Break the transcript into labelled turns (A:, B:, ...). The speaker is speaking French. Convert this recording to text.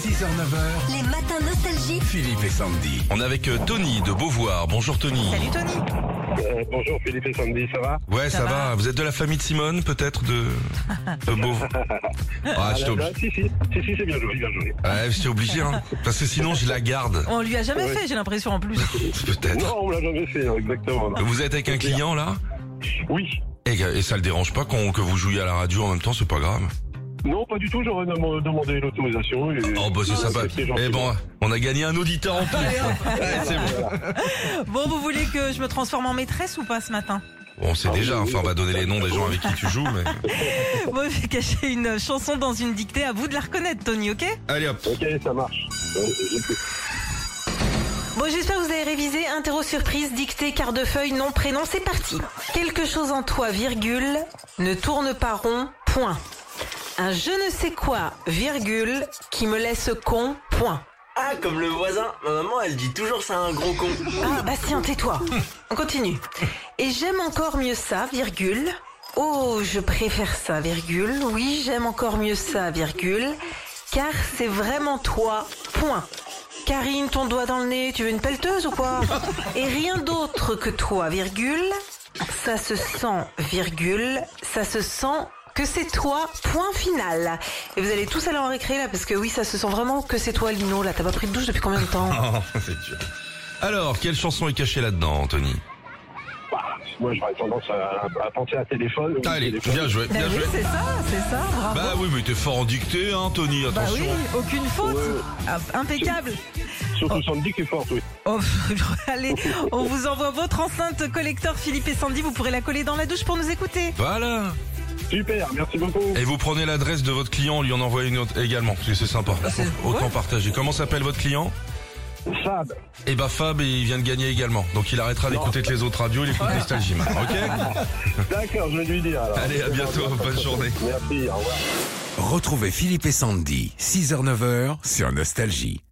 A: 6h-9h,
B: Les matins nostalgiques.
A: Philippe et Sandy.
C: On est avec euh, Tony de Beauvoir. Bonjour Tony.
D: Salut Tony
E: Euh, bonjour Philippe et Sandy, ça va
C: Ouais, ça,
D: Ça
C: va.
D: va
C: Vous êtes de la famille de Simone, peut-être de, de Beauvoir. Ah, je t'ai
E: Ah,
C: obligé.
E: Si, si, si, si c'est bien joué, bien joué.
C: Ouais, je t'ai obligé, hein. Parce que sinon, je la garde.
D: On lui a jamais
E: Ouais.
D: fait, j'ai l'impression en plus.
C: Peut-être.
E: Non, on me l'a jamais fait, hein, exactement. non.
C: Vous êtes avec un client, là?
E: Oui.
C: Et, et ça le dérange pas qu'on, que vous jouiez à la radio en même temps, c'est pas grave.
E: Non, pas du tout, j'aurais dem- demandé l'autorisation. et-
C: Oh, bah, c'est
E: Ah,
C: sympa.
E: c'était gentil.
C: Eh bon, on a gagné un auditeur en plus. Ouais, c'est bon.
D: Bon, vous voulez que je me transforme en maîtresse ou pas ce matin
C: Bon, On sait
E: Ah,
C: déjà,
E: oui,
C: enfin, on va donner les noms des gens avec qui tu joues, mais.
D: Bon, j'ai caché une chanson dans une dictée, à vous de la reconnaître Tony, ok
C: Allez hop.
E: Ok, ça marche. Euh, Ouais, j'écoute.
B: Bon, j'espère que vous avez révisé. Interro surprise, dictée, quart de feuille, nom, prénom, c'est parti. Quelque chose en toi, virgule, ne tourne pas rond, point. Un je ne sais quoi, virgule, qui me laisse con, point.
F: Ah, comme le voisin, ma maman elle dit toujours c'est un gros con.
B: Ah, Bastien, tais-toi. On continue. Et j'aime encore mieux ça, virgule. Oh, je préfère ça, virgule. Oui, j'aime encore mieux ça, virgule. Car c'est vraiment toi, point. Karine, ton doigt dans le nez, tu veux une pelleteuse ou quoi Et rien d'autre que toi, virgule. Ça se sent, virgule. Ça se sent que c'est toi, point final. Et vous allez tous aller en récré là, parce que oui, ça se sent vraiment que c'est toi, Lino. Là, t'as pas pris de douche depuis combien de temps
C: Oh, c'est dur. Alors, quelle chanson est cachée là-dedans, Tony?
E: Bah, moi, j'aurais tendance à, à penser à téléphone. euh,
C: Allez,
E: Téléphone.
C: bien joué,
D: Bah
C: bien
D: oui,
C: joué.
D: c'est ça, c'est ça, bravo.
C: Bah oui, mais t'es fort en dictée, hein, Tony,
D: Bah
C: attention.
D: oui, aucune faute. Ah, impeccable.
E: Surtout Sandy qui est forte, oui.
D: Oh, allez, on vous envoie votre enceinte collector Philippe et Sandy, vous pourrez la coller dans la douche pour nous écouter.
C: Voilà.
E: Super, merci beaucoup.
C: Et vous prenez l'adresse de votre client, on lui en envoie une autre également, parce que Bah, c'est sympa.
D: c'est-
C: Autant
D: ouais.
C: partager. Comment s'appelle votre client
E: Fab.
C: Eh bah Fab, il vient de gagner également. Donc il arrêtera d'écouter que les autres radios, il écoute Nostalgie maintenant, ok
E: D'accord, je vais lui dire. alors.
C: Allez, à bientôt, bonne journée.
E: Merci, au revoir.
A: Retrouvez Philippe et Sandy, 6h-9h, sur Nostalgie.